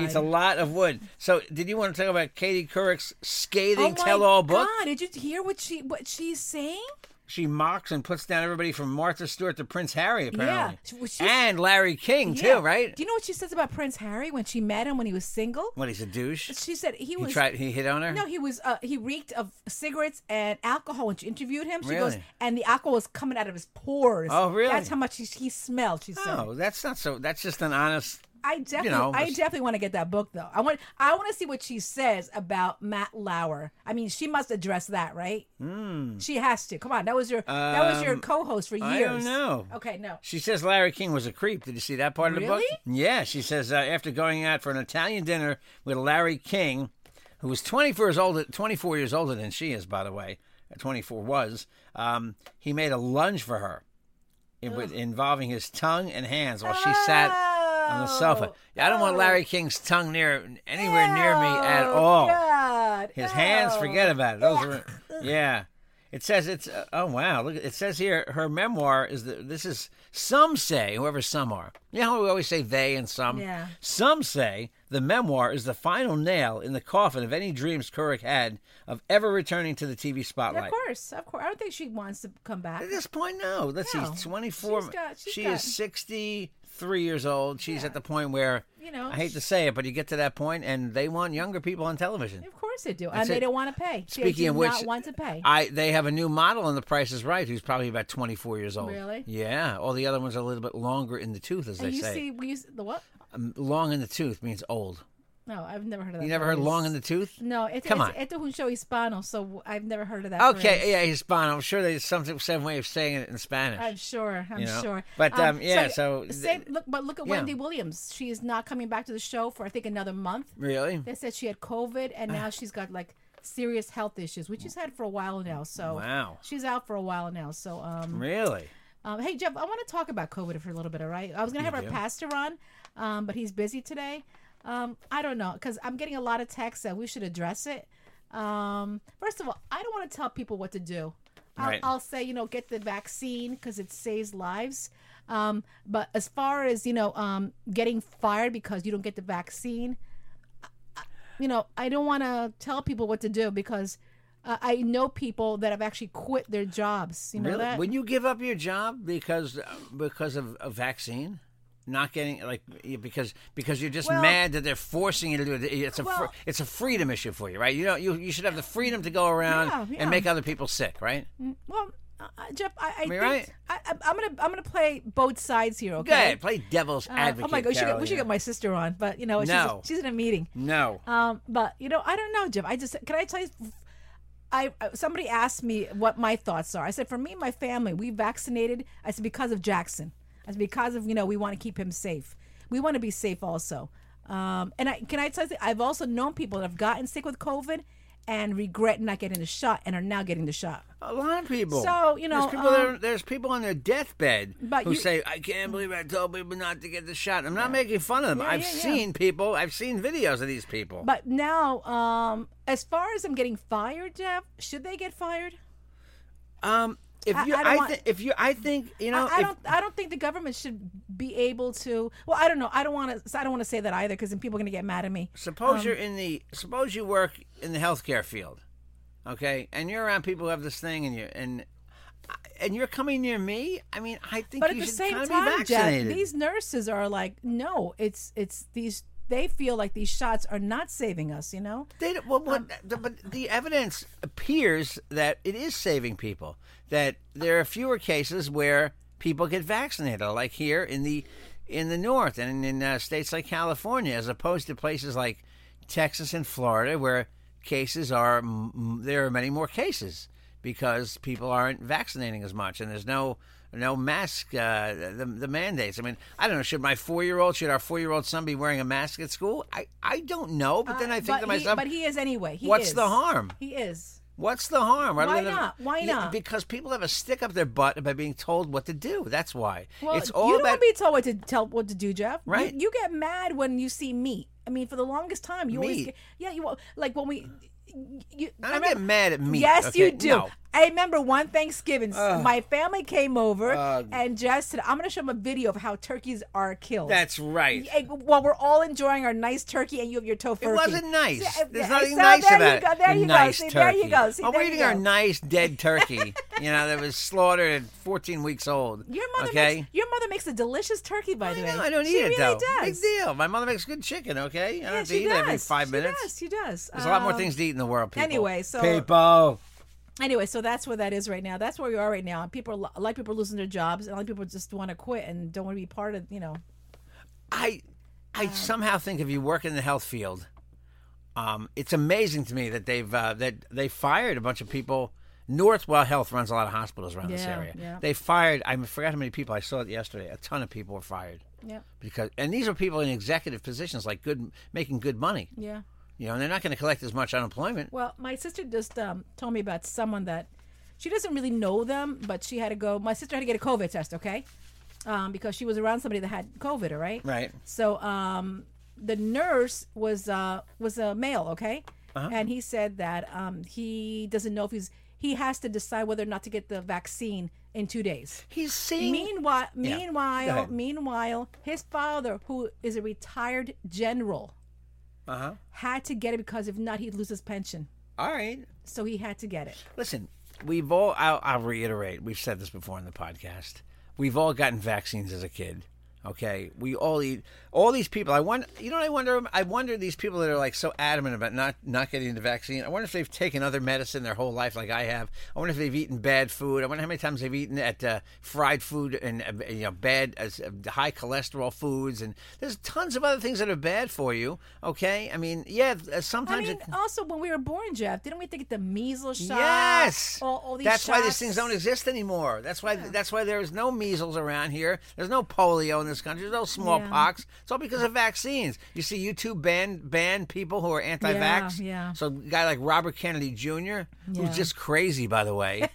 [SPEAKER 1] He eats a
[SPEAKER 2] God.
[SPEAKER 1] lot of wood. So, did you want to talk about Katie Couric's
[SPEAKER 2] oh
[SPEAKER 1] scathing
[SPEAKER 2] my
[SPEAKER 1] tell-all book?
[SPEAKER 2] God, did you hear what she what she's saying?
[SPEAKER 1] She mocks and puts down everybody from Martha Stewart to Prince Harry, apparently,
[SPEAKER 2] She- well, she's-
[SPEAKER 1] and Larry King
[SPEAKER 2] Yeah.
[SPEAKER 1] too, right?
[SPEAKER 2] Do you know what she says about Prince Harry when she met him when he was single?
[SPEAKER 1] What he's a douche.
[SPEAKER 2] She said he
[SPEAKER 1] He
[SPEAKER 2] was
[SPEAKER 1] tried. He hit on her.
[SPEAKER 2] no, he was uh, he reeked of cigarettes and alcohol when she interviewed him. She goes,
[SPEAKER 1] Really?
[SPEAKER 2] and the alcohol was coming out of his pores.
[SPEAKER 1] Oh, really?
[SPEAKER 2] That's how much he, he smelled. She said,
[SPEAKER 1] no, Oh, that's not so. That's just an honest.
[SPEAKER 2] I definitely,
[SPEAKER 1] know,
[SPEAKER 2] I
[SPEAKER 1] it's-
[SPEAKER 2] definitely want to get that book though. I want, I want to see what she says about Matt Lauer. I mean, she must address that, right? Mm. She has to. Come on, that was your that was your
[SPEAKER 1] Hmm. Um,
[SPEAKER 2] co-host for years.
[SPEAKER 1] I don't know.
[SPEAKER 2] Okay, no.
[SPEAKER 1] She says Larry King was a creep. Did you see that part of the book?
[SPEAKER 2] Really?
[SPEAKER 1] Yeah, she says uh, after going out for an Italian dinner with Larry King, who was 24 years older, 24 years older than she is, by the way, uh, 24 was, um, he made a lunge for her, in, with, involving his tongue and hands while she sat on the sofa.
[SPEAKER 2] Oh.
[SPEAKER 1] Yeah, I don't want
[SPEAKER 2] Oh.
[SPEAKER 1] Larry King's tongue near anywhere near me at all.
[SPEAKER 2] Oh, God.
[SPEAKER 1] His hands,
[SPEAKER 2] Oh.
[SPEAKER 1] forget about it. Those were,
[SPEAKER 2] [laughs]
[SPEAKER 1] yeah. It says it's. Uh, oh wow! Look, it says here her memoir is the. This is some say whoever some are. You know how we always say they and some.
[SPEAKER 2] Yeah.
[SPEAKER 1] Some say the memoir is the final nail in the coffin of any dreams Couric had of ever returning to the TV
[SPEAKER 2] Yeah,
[SPEAKER 1] spotlight.
[SPEAKER 2] Of course, of course. I don't think she wants to come back.
[SPEAKER 1] At this point, no. Let's
[SPEAKER 2] No.
[SPEAKER 1] see. Twenty four.
[SPEAKER 2] She's got- she's
[SPEAKER 1] She
[SPEAKER 2] got-
[SPEAKER 1] is sixty three years old. She's at the point where
[SPEAKER 2] You know,
[SPEAKER 1] I hate to say it, but you get to that point, and they want younger people on television.
[SPEAKER 2] Of course they do,
[SPEAKER 1] That's
[SPEAKER 2] and they
[SPEAKER 1] it.
[SPEAKER 2] don't want to pay. they
[SPEAKER 1] Speaking
[SPEAKER 2] do
[SPEAKER 1] of which,
[SPEAKER 2] not want to pay.
[SPEAKER 1] I they have a new model in The Price Is Right who's probably about 24 years old.
[SPEAKER 2] Really?
[SPEAKER 1] Yeah. All the other ones are a little bit longer in the tooth, as they
[SPEAKER 2] and you
[SPEAKER 1] say.
[SPEAKER 2] see, we use the what?
[SPEAKER 1] Um, long in the tooth means old.
[SPEAKER 2] No, I've never heard of that.
[SPEAKER 1] You never heard
[SPEAKER 2] phrase.
[SPEAKER 1] long in the tooth?
[SPEAKER 2] No, it's,
[SPEAKER 1] Come
[SPEAKER 2] it's,
[SPEAKER 1] on.
[SPEAKER 2] it's un show hispano, so I've never heard of that.
[SPEAKER 1] Okay. eh,
[SPEAKER 2] phrase.
[SPEAKER 1] Yeah, Hispano. I'm sure there's something some way of saying it in Spanish.
[SPEAKER 2] I'm sure. I'm
[SPEAKER 1] You know?
[SPEAKER 2] sure.
[SPEAKER 1] But, um, yeah, so th-
[SPEAKER 2] same, look, but look at
[SPEAKER 1] yeah.
[SPEAKER 2] Wendy Williams. She is not coming back to the show for I think another month. [laughs]
[SPEAKER 1] Really?
[SPEAKER 2] They said she had COVID, and now she's got like serious health issues, which she's had for a while now. So
[SPEAKER 1] Wow.
[SPEAKER 2] she's out for a while now. So um,
[SPEAKER 1] Really?
[SPEAKER 2] Um, hey Jeff, I want to talk about COVID for a little bit, all right? I was gonna have our pastor on, um, but he's busy today. Um, I don't know because I'm getting a lot of texts that we should address it. Um, first of all, I don't want to tell people what to do. I'll,
[SPEAKER 1] Right.
[SPEAKER 2] I'll say, you know, get the vaccine because it saves lives. Um, but as far as you know, um, getting fired because you don't get the vaccine, you know, I don't want to tell people what to do because uh, I know people that have actually quit their jobs. You know
[SPEAKER 1] Really?
[SPEAKER 2] that?
[SPEAKER 1] Would you give up your job because uh, because of a vaccine? Not getting like because because you're just
[SPEAKER 2] Well-
[SPEAKER 1] mad that they're forcing you to do it. It's a fr-
[SPEAKER 2] Well-
[SPEAKER 1] it's a freedom issue for you, right? You know you you should have the freedom to go around
[SPEAKER 2] Yeah, yeah.
[SPEAKER 1] and make other people sick, right?
[SPEAKER 2] well, uh, uh, Jeff, I, I think
[SPEAKER 1] right?
[SPEAKER 2] I, I- I'm gonna I'm gonna play both sides here. Okay.
[SPEAKER 1] Go ahead, play devil's
[SPEAKER 2] Uh,
[SPEAKER 1] advocate.
[SPEAKER 2] oh my god, we should, get, we should
[SPEAKER 1] Carolina.
[SPEAKER 2] get my sister on, but you know, she's,
[SPEAKER 1] No.
[SPEAKER 2] she's in a meeting.
[SPEAKER 1] no.
[SPEAKER 2] Um, but you know, I don't know, Jim. I just can I tell you, I uh, somebody asked me what my thoughts are. I said for me, and my family, we vaccinated. I said because of Jackson. I said because of you know we want to keep him safe. We want to be safe also. Um, and I can I tell you, something? I've also known people that have gotten sick with COVID and regret not getting the shot and are now getting the shot.
[SPEAKER 1] A lot of people.
[SPEAKER 2] So, you know,
[SPEAKER 1] there's people, that are-
[SPEAKER 2] um,
[SPEAKER 1] there's people on their deathbed
[SPEAKER 2] But
[SPEAKER 1] who
[SPEAKER 2] you-
[SPEAKER 1] say, "I can't believe I told people not to get the shot." I'm not making fun of them. I've
[SPEAKER 2] yeah, yeah.
[SPEAKER 1] seen people. I've seen videos of these people.
[SPEAKER 2] But now, um, as far as I'm getting fired, Jeff, should they get fired?
[SPEAKER 1] um, if
[SPEAKER 2] I-
[SPEAKER 1] you,
[SPEAKER 2] I
[SPEAKER 1] I,
[SPEAKER 2] don't want-
[SPEAKER 1] thi- if you, I think you know,
[SPEAKER 2] I, I
[SPEAKER 1] if-
[SPEAKER 2] don't. I don't think the government should be able to. Well, I don't know. I don't want to. I don't want to say that either because then people are going to get mad at me.
[SPEAKER 1] suppose
[SPEAKER 2] um,
[SPEAKER 1] you're in the suppose you work in the healthcare field okay and you're around people who have this thing and you and and you're coming near me i mean i think
[SPEAKER 2] But at
[SPEAKER 1] you
[SPEAKER 2] the
[SPEAKER 1] should
[SPEAKER 2] same
[SPEAKER 1] kinda be
[SPEAKER 2] time, Jeff,
[SPEAKER 1] vaccinated
[SPEAKER 2] these nurses are like, no, it's it's these. They feel like these shots are not saving us. You know.
[SPEAKER 1] They don't- well,
[SPEAKER 2] Um,
[SPEAKER 1] what, the, but the evidence appears that it is saving people. That there are fewer cases where people get vaccinated, like here in the in the north and in uh, states like California, as opposed to places like Texas and Florida, where cases are m- m- there are many more cases because people aren't vaccinating as much, and there's no no mask uh, the, the mandates. I mean, I don't know. Should my four year old should our four year old son be wearing a mask at school? I I don't know. But then I think
[SPEAKER 2] Uh, but
[SPEAKER 1] to myself,
[SPEAKER 2] he, but he is anyway. He
[SPEAKER 1] what's
[SPEAKER 2] is.
[SPEAKER 1] the harm?
[SPEAKER 2] He is.
[SPEAKER 1] What's the harm?
[SPEAKER 2] Why
[SPEAKER 1] than-
[SPEAKER 2] not? Why
[SPEAKER 1] Yeah,
[SPEAKER 2] not?
[SPEAKER 1] Because people have a stick up their butt about being told what to do. That's why.
[SPEAKER 2] Well,
[SPEAKER 1] it's all
[SPEAKER 2] you don't
[SPEAKER 1] about.
[SPEAKER 2] want to be told what to tell what to do, Jeff. You-
[SPEAKER 1] Right.
[SPEAKER 2] You, get mad when you see meat. I mean, for the longest time, you always
[SPEAKER 1] Meat.
[SPEAKER 2] get, yeah, you like when we. You,
[SPEAKER 1] I don't get
[SPEAKER 2] remember-
[SPEAKER 1] mad at meat,
[SPEAKER 2] Yes, you
[SPEAKER 1] okay?
[SPEAKER 2] do.
[SPEAKER 1] No.
[SPEAKER 2] I remember one Thanksgiving, s- my family came over, and Jess said, "I'm going to show them a video of how turkeys are killed."
[SPEAKER 1] That's right.
[SPEAKER 2] Eh, While we're all enjoying our nice turkey, and you have your tofu.
[SPEAKER 1] It wasn't nice.
[SPEAKER 2] See, eh,
[SPEAKER 1] There's
[SPEAKER 2] eh,
[SPEAKER 1] nothing
[SPEAKER 2] so
[SPEAKER 1] nice
[SPEAKER 2] there
[SPEAKER 1] about
[SPEAKER 2] you go.
[SPEAKER 1] it.
[SPEAKER 2] There you
[SPEAKER 1] nice
[SPEAKER 2] go. See,
[SPEAKER 1] turkey.
[SPEAKER 2] there you go. See,
[SPEAKER 1] oh,
[SPEAKER 2] there
[SPEAKER 1] we're
[SPEAKER 2] you
[SPEAKER 1] eating
[SPEAKER 2] go.
[SPEAKER 1] our nice
[SPEAKER 2] [laughs]
[SPEAKER 1] dead turkey. you know that was slaughtered at 14 weeks old.
[SPEAKER 2] Your mother
[SPEAKER 1] okay?
[SPEAKER 2] makes your mother makes a delicious turkey, by the way.
[SPEAKER 1] No, I don't
[SPEAKER 2] she
[SPEAKER 1] eat it though.
[SPEAKER 2] really
[SPEAKER 1] Big
[SPEAKER 2] Does.
[SPEAKER 1] deal. My mother makes good chicken. Okay, I don't
[SPEAKER 2] Yeah,
[SPEAKER 1] have to
[SPEAKER 2] she
[SPEAKER 1] eat it every
[SPEAKER 2] does.
[SPEAKER 1] five
[SPEAKER 2] She
[SPEAKER 1] minutes.
[SPEAKER 2] does, She does.
[SPEAKER 1] There's a lot more
[SPEAKER 2] Um,
[SPEAKER 1] things to eat in the world, people.
[SPEAKER 2] anyway, so-
[SPEAKER 1] people.
[SPEAKER 2] Anyway, so that's where that is right now. That's where we are right now. People, a lot of people are losing their jobs, and a lot of people just want to quit and don't want to be part of. You know,
[SPEAKER 1] I I somehow think if you work in the health field, um, it's amazing to me that they've uh, that they fired a bunch of people. Northwell Health runs a lot of hospitals around this
[SPEAKER 2] Yeah,
[SPEAKER 1] area.
[SPEAKER 2] yeah.
[SPEAKER 1] They fired. I forgot how many people. I saw it yesterday. A ton of people were fired
[SPEAKER 2] yeah,
[SPEAKER 1] because, and these are people in executive positions, like good, making good money.
[SPEAKER 2] yeah.
[SPEAKER 1] You know, and they're not going to collect as much unemployment.
[SPEAKER 2] Well, my sister just um, told me about someone that she doesn't really know them, but she had to go. My sister had to get a COVID test, okay, um, because she was around somebody that had COVID. All right,
[SPEAKER 1] Right.
[SPEAKER 2] So um, the nurse was uh, was a male, okay,
[SPEAKER 1] Uh-huh.
[SPEAKER 2] and he said that um, he doesn't know if he's he has to decide whether or not to get the vaccine in two days.
[SPEAKER 1] He's seeing.
[SPEAKER 2] Meanwhile,
[SPEAKER 1] Yeah. Go
[SPEAKER 2] meanwhile,
[SPEAKER 1] ahead.
[SPEAKER 2] meanwhile, his father, who is a retired general,
[SPEAKER 1] Uh huh.
[SPEAKER 2] had to get it because if not, he'd lose his pension.
[SPEAKER 1] All right.
[SPEAKER 2] So he had to get it.
[SPEAKER 1] Listen, we've all, I'll, I'll reiterate, we've said this before in the podcast. We've all gotten vaccines as a kid. Okay. We all eat, all these people, I wonder, you know what I wonder? I wonder these people that are like so adamant about not, not getting the vaccine. I wonder if they've taken other medicine their whole life, like I have. I wonder if they've eaten bad food. I wonder how many times they've eaten at uh, fried food and, uh, you know, bad, uh, high cholesterol foods. And there's tons of other things that are bad for you. Okay. I mean, yeah, uh,
[SPEAKER 2] I
[SPEAKER 1] sometimes
[SPEAKER 2] mean,
[SPEAKER 1] it.
[SPEAKER 2] also when we were born, Jeff, didn't we think the measles shot?
[SPEAKER 1] Yes.
[SPEAKER 2] All, all these
[SPEAKER 1] that's why these
[SPEAKER 2] shots?
[SPEAKER 1] things don't exist anymore. That's why that's why there's no measles around here. There's no polio in this country. There's no smallpox. It's all because of vaccines. You see, you two ban ban people who are anti-vax.
[SPEAKER 2] Yeah, yeah.
[SPEAKER 1] So a guy like Robert Kennedy Jr.,
[SPEAKER 2] Yeah. [laughs]
[SPEAKER 1] who's just crazy, by the way.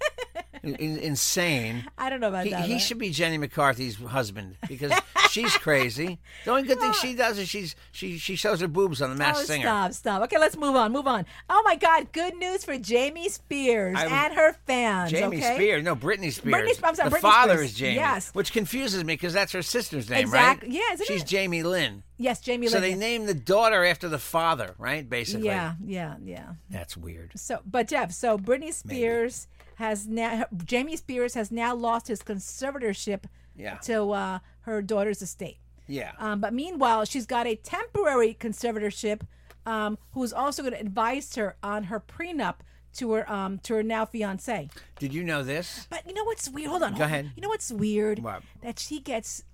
[SPEAKER 1] in, in, insane.
[SPEAKER 2] I don't know about
[SPEAKER 1] He,
[SPEAKER 2] that.
[SPEAKER 1] he
[SPEAKER 2] but-
[SPEAKER 1] should be Jenny McCarthy's husband because she's crazy. The only good thing she does is she's she she shows her boobs on the Masked
[SPEAKER 2] Oh,
[SPEAKER 1] Singer.
[SPEAKER 2] stop, stop. Okay, let's move on. Move on. Oh my God! Good news for Jamie Spears
[SPEAKER 1] I'm-
[SPEAKER 2] and her fans.
[SPEAKER 1] Jamie
[SPEAKER 2] okay?
[SPEAKER 1] Spears, no, Britney Spears.
[SPEAKER 2] Britney Sp- I'm sorry,
[SPEAKER 1] the
[SPEAKER 2] Britney
[SPEAKER 1] father
[SPEAKER 2] Spears,
[SPEAKER 1] is Jamie,
[SPEAKER 2] yes.
[SPEAKER 1] which confuses me because that's her sister's name,
[SPEAKER 2] Exactly,
[SPEAKER 1] right?
[SPEAKER 2] yeah, isn't
[SPEAKER 1] she's
[SPEAKER 2] it?
[SPEAKER 1] Jamie Lynn.
[SPEAKER 2] Yes, Jamie.
[SPEAKER 1] So
[SPEAKER 2] Lynn.
[SPEAKER 1] they named the daughter after the father, right? Basically,
[SPEAKER 2] Yeah, yeah, yeah.
[SPEAKER 1] That's weird.
[SPEAKER 2] So, but Jeff, so Britney Spears has now Jamie Spears has now lost his conservatorship
[SPEAKER 1] Yeah.
[SPEAKER 2] to uh, her daughter's estate.
[SPEAKER 1] Yeah.
[SPEAKER 2] Um, but meanwhile, she's got a temporary conservatorship, um, who's also going to advise her on her prenup to her um, to her now fiance.
[SPEAKER 1] Did you know this?
[SPEAKER 2] But you know what's weird? Hold on. hold on.
[SPEAKER 1] ahead.
[SPEAKER 2] You know what's weird?
[SPEAKER 1] What?
[SPEAKER 2] That she gets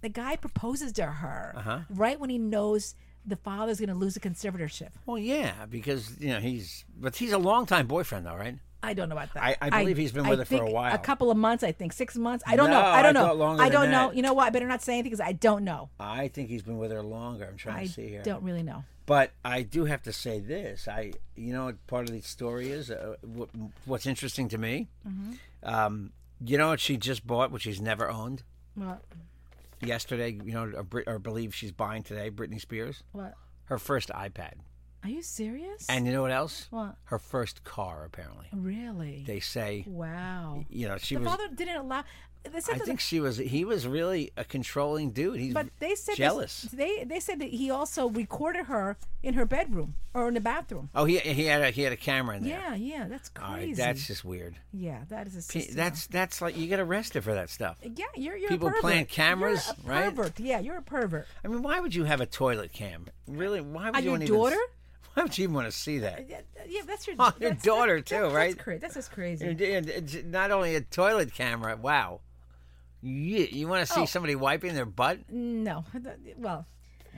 [SPEAKER 2] the guy proposes to her
[SPEAKER 1] Uh-huh.
[SPEAKER 2] right when he knows the father's going to lose the conservatorship.
[SPEAKER 1] Well, yeah, because you know he's but he's a longtime boyfriend though, right?
[SPEAKER 2] I don't know about that.
[SPEAKER 1] I- I believe he's been with her for a
[SPEAKER 2] think
[SPEAKER 1] while.
[SPEAKER 2] A couple of months, I think, six months. I don't
[SPEAKER 1] No,
[SPEAKER 2] know. I don't
[SPEAKER 1] I thought
[SPEAKER 2] know.
[SPEAKER 1] longer
[SPEAKER 2] I
[SPEAKER 1] than
[SPEAKER 2] don't know.
[SPEAKER 1] that.
[SPEAKER 2] You know what? I better not say anything because I don't know.
[SPEAKER 1] I think he's been with her longer. I'm trying
[SPEAKER 2] I
[SPEAKER 1] to see here.
[SPEAKER 2] don't really know.
[SPEAKER 1] But I do have to say this. I, you know, what part of the story is uh, what, what's interesting to me.
[SPEAKER 2] Mm-hmm.
[SPEAKER 1] Um, you know what she just bought, which she's never owned.
[SPEAKER 2] What?
[SPEAKER 1] Yesterday, you know, or, Brit- or believe she's buying today. Britney Spears,
[SPEAKER 2] What?
[SPEAKER 1] her first iPad,
[SPEAKER 2] Are you serious?
[SPEAKER 1] and you know what else?
[SPEAKER 2] What?
[SPEAKER 1] Her first car, apparently.
[SPEAKER 2] really?
[SPEAKER 1] They say,
[SPEAKER 2] wow.
[SPEAKER 1] you know, she
[SPEAKER 2] The
[SPEAKER 1] was.
[SPEAKER 2] father didn't allow. This
[SPEAKER 1] I think she was. He was really a controlling dude. He's
[SPEAKER 2] But they said this-
[SPEAKER 1] jealous.
[SPEAKER 2] they they said that he also recorded her in her bedroom or in the bathroom.
[SPEAKER 1] oh, he he had a, he had a camera in there.
[SPEAKER 2] Yeah, yeah, that's crazy.
[SPEAKER 1] All right, that's just weird.
[SPEAKER 2] yeah, that is a
[SPEAKER 1] P-
[SPEAKER 2] system.
[SPEAKER 1] That's that's like you get arrested for that stuff.
[SPEAKER 2] yeah, you're you're
[SPEAKER 1] people
[SPEAKER 2] a pervert.
[SPEAKER 1] playing
[SPEAKER 2] You're
[SPEAKER 1] cameras,
[SPEAKER 2] a
[SPEAKER 1] right?
[SPEAKER 2] Pervert. Yeah, you're a pervert.
[SPEAKER 1] I mean, why would you have a toilet cam? Really? Why would
[SPEAKER 2] On
[SPEAKER 1] you
[SPEAKER 2] your
[SPEAKER 1] want
[SPEAKER 2] daughter?
[SPEAKER 1] Even, why would you even want to see that?
[SPEAKER 2] Yeah, yeah,
[SPEAKER 1] [laughs]
[SPEAKER 2] that's your
[SPEAKER 1] On your
[SPEAKER 2] that's-
[SPEAKER 1] daughter,
[SPEAKER 2] that-
[SPEAKER 1] too,
[SPEAKER 2] that-
[SPEAKER 1] right?
[SPEAKER 2] That's, cra- that's just crazy.
[SPEAKER 1] And- and it's Not only a toilet camera. Wow. You, you want
[SPEAKER 2] Oh.
[SPEAKER 1] to see somebody wiping their butt?
[SPEAKER 2] No, well,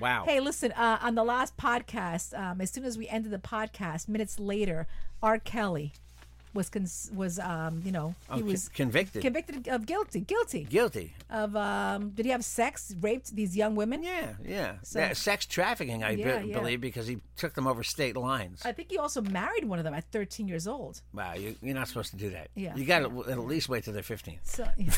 [SPEAKER 1] Wow.
[SPEAKER 2] Hey, listen, uh, on the last podcast, um, as soon as we ended the podcast, minutes later, R. Kelly was cons- was um, you know he
[SPEAKER 1] Oh, con-
[SPEAKER 2] was
[SPEAKER 1] convicted.
[SPEAKER 2] convicted of guilty guilty
[SPEAKER 1] Guilty.
[SPEAKER 2] of um, did he have sex raped these young women?
[SPEAKER 1] Yeah, yeah. Yeah, Sex trafficking, I be-
[SPEAKER 2] Yeah, yeah.
[SPEAKER 1] believe, because he took them over state lines.
[SPEAKER 2] I think he also married one of them at 13 years old.
[SPEAKER 1] wow, you, you're not supposed to do that.
[SPEAKER 2] Yeah,
[SPEAKER 1] You got to at least wait till they're 15.
[SPEAKER 2] So,
[SPEAKER 1] [laughs]
[SPEAKER 2] yeah.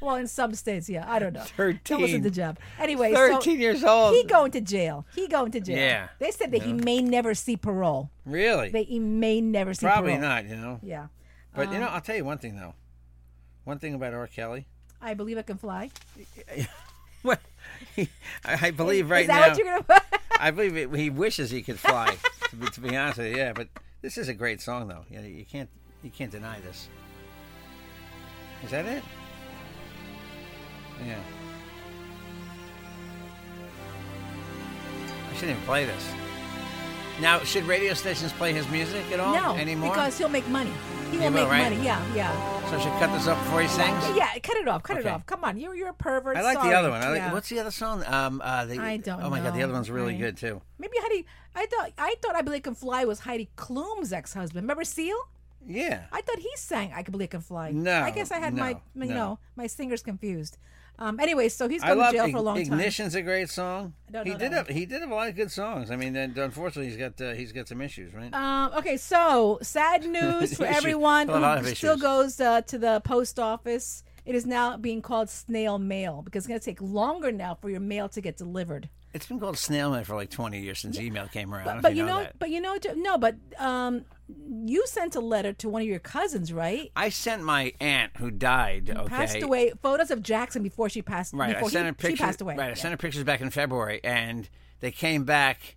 [SPEAKER 2] well, in some states, yeah, I don't know. Don't
[SPEAKER 1] 13.
[SPEAKER 2] listen to Jeff. Anyway,
[SPEAKER 1] 13
[SPEAKER 2] so
[SPEAKER 1] years old.
[SPEAKER 2] He going to jail. He going to jail.
[SPEAKER 1] Yeah.
[SPEAKER 2] They said that he may never see parole.
[SPEAKER 1] Really?
[SPEAKER 2] That he may never see
[SPEAKER 1] Probably
[SPEAKER 2] parole.
[SPEAKER 1] not, you know.
[SPEAKER 2] Yeah.
[SPEAKER 1] But,
[SPEAKER 2] Um,
[SPEAKER 1] you know, I'll tell you one thing, though. One thing about R. Kelly.
[SPEAKER 2] I believe I can fly.
[SPEAKER 1] Well, [laughs] he, I I believe right
[SPEAKER 2] Is that
[SPEAKER 1] now.
[SPEAKER 2] what you're gonna [laughs] put?
[SPEAKER 1] I believe it, he wishes he could fly. to, be, to be honest with you, yeah. But this is a great song, though. You, know, you can't you can't deny this. Is that it? Yeah. I shouldn't even play this. Now, should radio stations play his music at all
[SPEAKER 2] no,
[SPEAKER 1] anymore?
[SPEAKER 2] because he'll make money. He will
[SPEAKER 1] will,
[SPEAKER 2] make
[SPEAKER 1] right?
[SPEAKER 2] money. Yeah, yeah,
[SPEAKER 1] so I should cut this up before he sings.
[SPEAKER 2] yeah. Cut it off. Cut it
[SPEAKER 1] Okay.
[SPEAKER 2] off. Come on, you're you're a pervert.
[SPEAKER 1] I like
[SPEAKER 2] Sorry.
[SPEAKER 1] the other one. I like,
[SPEAKER 2] Yeah.
[SPEAKER 1] What's the other song? Um, uh, the,
[SPEAKER 2] I don't
[SPEAKER 1] Oh my god, the
[SPEAKER 2] know.
[SPEAKER 1] other one's really
[SPEAKER 2] I-
[SPEAKER 1] good too.
[SPEAKER 2] Maybe Heidi. I thought I thought I believe I can fly was Heidi Klum's ex-husband. Remember Seal?
[SPEAKER 1] Yeah.
[SPEAKER 2] I thought he sang "I Can Believe I Can Fly."
[SPEAKER 1] No,
[SPEAKER 2] I guess I had my
[SPEAKER 1] no,
[SPEAKER 2] you
[SPEAKER 1] no.
[SPEAKER 2] know my singers confused. Um, anyway, so he's
[SPEAKER 1] I
[SPEAKER 2] going to
[SPEAKER 1] love
[SPEAKER 2] jail
[SPEAKER 1] Ig-
[SPEAKER 2] for a long time.
[SPEAKER 1] Ignition's a great song.
[SPEAKER 2] don't
[SPEAKER 1] he
[SPEAKER 2] know
[SPEAKER 1] did have,
[SPEAKER 2] that
[SPEAKER 1] he did have a lot of good songs. I mean, and unfortunately, he's got uh, he's got some issues, right?
[SPEAKER 2] Um, okay, so
[SPEAKER 1] [laughs]
[SPEAKER 2] sad news for
[SPEAKER 1] Issue-
[SPEAKER 2] everyone
[SPEAKER 1] a lot
[SPEAKER 2] who
[SPEAKER 1] of
[SPEAKER 2] still
[SPEAKER 1] issues.
[SPEAKER 2] goes uh, to the post office. It is now being called snail mail because it's going to take longer now for your mail to get delivered.
[SPEAKER 1] it's been called snail mail for like twenty years since email came around. I don't
[SPEAKER 2] But
[SPEAKER 1] if
[SPEAKER 2] you know,
[SPEAKER 1] that.
[SPEAKER 2] but you know, no, but um, you sent a letter to one of your cousins, right?
[SPEAKER 1] I sent my aunt who died. Okay,
[SPEAKER 2] Passed away. Photos of Jackson before she passed.
[SPEAKER 1] Right,
[SPEAKER 2] Before
[SPEAKER 1] I sent
[SPEAKER 2] he,
[SPEAKER 1] her pictures.
[SPEAKER 2] She passed away.
[SPEAKER 1] Right, I
[SPEAKER 2] Yeah.
[SPEAKER 1] sent her pictures back in February, and they came back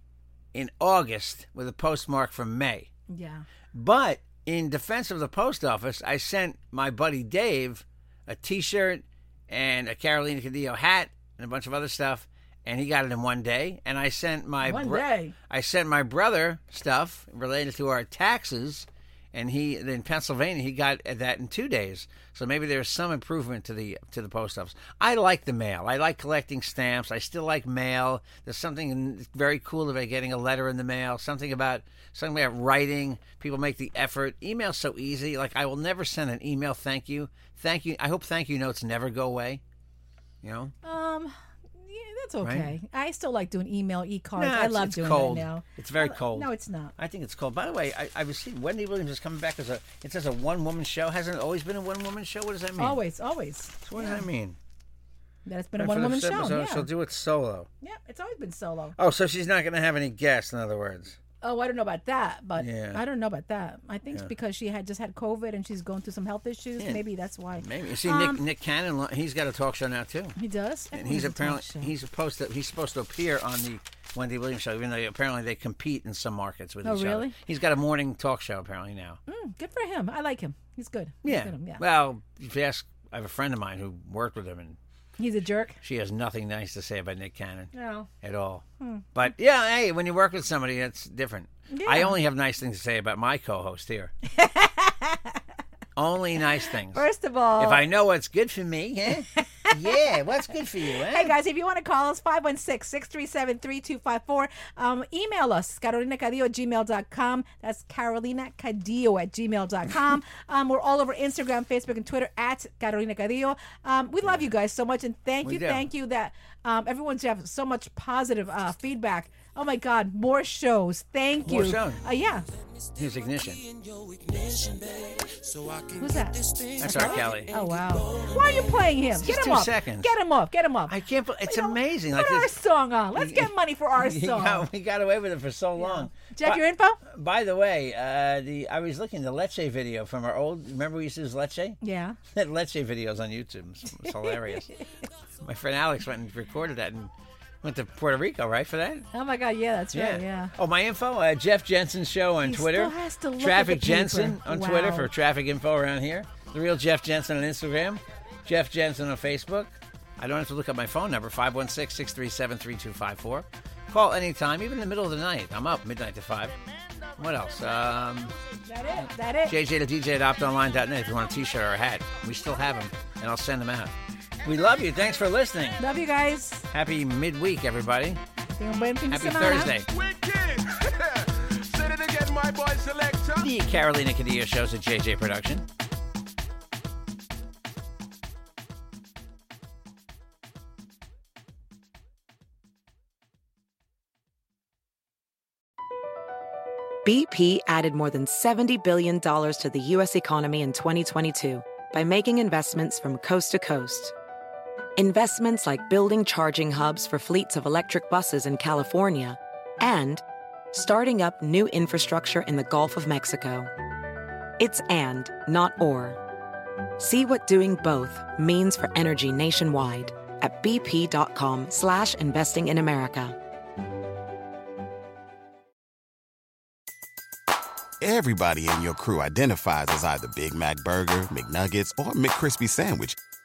[SPEAKER 1] in August with a postmark from May.
[SPEAKER 2] yeah.
[SPEAKER 1] But in defense of the post office, I sent my buddy Dave a T-shirt and a Carolina Cadillo hat and a bunch of other stuff, and he got it in one day. And I sent my
[SPEAKER 2] One day?
[SPEAKER 1] I sent my brother stuff related to our taxes, and he in Pennsylvania he got that in two days. So maybe there's some improvement to the to the post office. I like the mail. I like collecting stamps. I still like mail. There's something very cool about getting a letter in the mail. Something about something about writing. People make the effort. Email's so easy. Like I will never send an email. Thank you. Thank you. I hope thank you notes never go away. You know.
[SPEAKER 2] Um, yeah, It's okay. I still like doing email, e cards.
[SPEAKER 1] Nah,
[SPEAKER 2] I
[SPEAKER 1] it's-
[SPEAKER 2] love
[SPEAKER 1] it's
[SPEAKER 2] doing
[SPEAKER 1] cold.
[SPEAKER 2] that now.
[SPEAKER 1] It's very
[SPEAKER 2] I-
[SPEAKER 1] cold.
[SPEAKER 2] No, it's not.
[SPEAKER 1] I think it's cold. By the way, I, I was seeing Wendy Williams is coming back as a. It says a one woman show. Hasn't it always been a one woman show? What does that mean?
[SPEAKER 2] Always, always.
[SPEAKER 1] So what does that mean?
[SPEAKER 2] That it's been a
[SPEAKER 1] And for
[SPEAKER 2] one woman
[SPEAKER 1] this
[SPEAKER 2] show.
[SPEAKER 1] episode,
[SPEAKER 2] Yeah.
[SPEAKER 1] She'll do it solo.
[SPEAKER 2] yeah, it's always been solo.
[SPEAKER 1] Oh, so she's not going to have any guests. In other words,
[SPEAKER 2] Oh, I don't know about that, but
[SPEAKER 1] Yeah.
[SPEAKER 2] I don't know about that. I think it's because she had just had COVID and she's going through some health issues.
[SPEAKER 1] Yeah.
[SPEAKER 2] Maybe that's why.
[SPEAKER 1] maybe. You see, Nick Nick Cannon, he's got a talk show now too.
[SPEAKER 2] He does.
[SPEAKER 1] and
[SPEAKER 2] Everyone
[SPEAKER 1] he's
[SPEAKER 2] has Um, a talk
[SPEAKER 1] apparently
[SPEAKER 2] show.
[SPEAKER 1] he's supposed to he's supposed to appear on the Wendy Williams show, even though apparently they compete in some markets with
[SPEAKER 2] Oh,
[SPEAKER 1] each other.
[SPEAKER 2] really?
[SPEAKER 1] He's got a morning talk show apparently now.
[SPEAKER 2] Mm, good for him. I like him. He's good. He's
[SPEAKER 1] Yeah.
[SPEAKER 2] good, yeah.
[SPEAKER 1] Well, if you ask, I have a friend of mine who worked with him, and
[SPEAKER 2] he's a jerk.
[SPEAKER 1] she has nothing nice to say about Nick Cannon
[SPEAKER 2] No.
[SPEAKER 1] at all.
[SPEAKER 2] Hmm.
[SPEAKER 1] But yeah, hey, when you work with somebody, that's different. I only have nice things to say about my co-host
[SPEAKER 2] [laughs]
[SPEAKER 1] here. only nice things.
[SPEAKER 2] First of all,
[SPEAKER 1] if I know what's good for me, eh?
[SPEAKER 2] [laughs]
[SPEAKER 1] yeah, what's good for you, eh?
[SPEAKER 2] Hey guys, if you want to call us, 516-637-3254. Um, email us, carolinacadillo at gmail.com. That's carolinacadillo
[SPEAKER 1] [laughs]
[SPEAKER 2] at gmail.com. um, we're all over Instagram, Facebook, and Twitter at Carolina Cadillo. Um, we love you guys so much, and thank
[SPEAKER 1] We
[SPEAKER 2] you,
[SPEAKER 1] do.
[SPEAKER 2] thank you that um, everyone's have so much positive uh, feedback. Oh my God, more shows. Thank
[SPEAKER 1] More
[SPEAKER 2] you.
[SPEAKER 1] shows.
[SPEAKER 2] Uh, yeah.
[SPEAKER 1] Here's ignition.
[SPEAKER 2] Who's that?
[SPEAKER 1] That's R. Kelly.
[SPEAKER 2] Oh wow. Why are you playing him? Get
[SPEAKER 1] just
[SPEAKER 2] him
[SPEAKER 1] two
[SPEAKER 2] off.
[SPEAKER 1] seconds.
[SPEAKER 2] Get him off. Get him off.
[SPEAKER 1] I can't. bel- It's
[SPEAKER 2] You know,
[SPEAKER 1] amazing.
[SPEAKER 2] Put
[SPEAKER 1] Like
[SPEAKER 2] our
[SPEAKER 1] this,
[SPEAKER 2] song on. Let's get money for
[SPEAKER 1] [laughs]
[SPEAKER 2] our
[SPEAKER 1] we
[SPEAKER 2] song.
[SPEAKER 1] got, we got away with it for so long.
[SPEAKER 2] Jeff,
[SPEAKER 1] By-
[SPEAKER 2] your info?
[SPEAKER 1] By the way, uh, the I was looking at the Lecce video from our old. Remember we used to use Lecce?
[SPEAKER 2] Yeah.
[SPEAKER 1] [laughs] That Lecce video's on YouTube. It's, it's
[SPEAKER 2] [laughs]
[SPEAKER 1] hilarious. My friend Alex went and recorded that and went to Puerto Rico, right, for that?
[SPEAKER 2] Oh my God. Yeah, that's right. Yeah.
[SPEAKER 1] Oh, my info, uh, Jeff Jensen Show on
[SPEAKER 2] He
[SPEAKER 1] Twitter.
[SPEAKER 2] still has to look at
[SPEAKER 1] Traffic
[SPEAKER 2] the
[SPEAKER 1] Jensen
[SPEAKER 2] paper.
[SPEAKER 1] on Twitter
[SPEAKER 2] Wow.
[SPEAKER 1] for traffic info around here. The real Jeff Jensen on Instagram. Jeff Jensen on Facebook. I don't have to look up my phone number, 516 637 3254. Call anytime, even in the middle of the night. I'm up midnight to 5. What else? Um,
[SPEAKER 2] That it. That it.
[SPEAKER 1] JJ to DJ at optonline.net if you want a t shirt or a hat. We still have them, and I'll send them out. We love you. Thanks for listening.
[SPEAKER 2] Love you guys.
[SPEAKER 1] Happy midweek, everybody.
[SPEAKER 2] Un buen fin de
[SPEAKER 1] Happy
[SPEAKER 2] semana.
[SPEAKER 1] Thursday.
[SPEAKER 4] [laughs] Wicked! [laughs] Say it again, my boy selector.
[SPEAKER 1] The Carolina Cadillo Show's a JJ production.
[SPEAKER 5] BP added more than $70 billion to the U.S. economy in 2022 by making investments from coast to coast. Investments like building charging hubs for fleets of electric buses in California and starting up new infrastructure in the Gulf of Mexico. It's and, not or. See what doing both means for energy nationwide at bp.com slash investing in America.
[SPEAKER 6] Everybody in your crew identifies as either Big Mac Burger, McNuggets, or McCrispy Sandwich.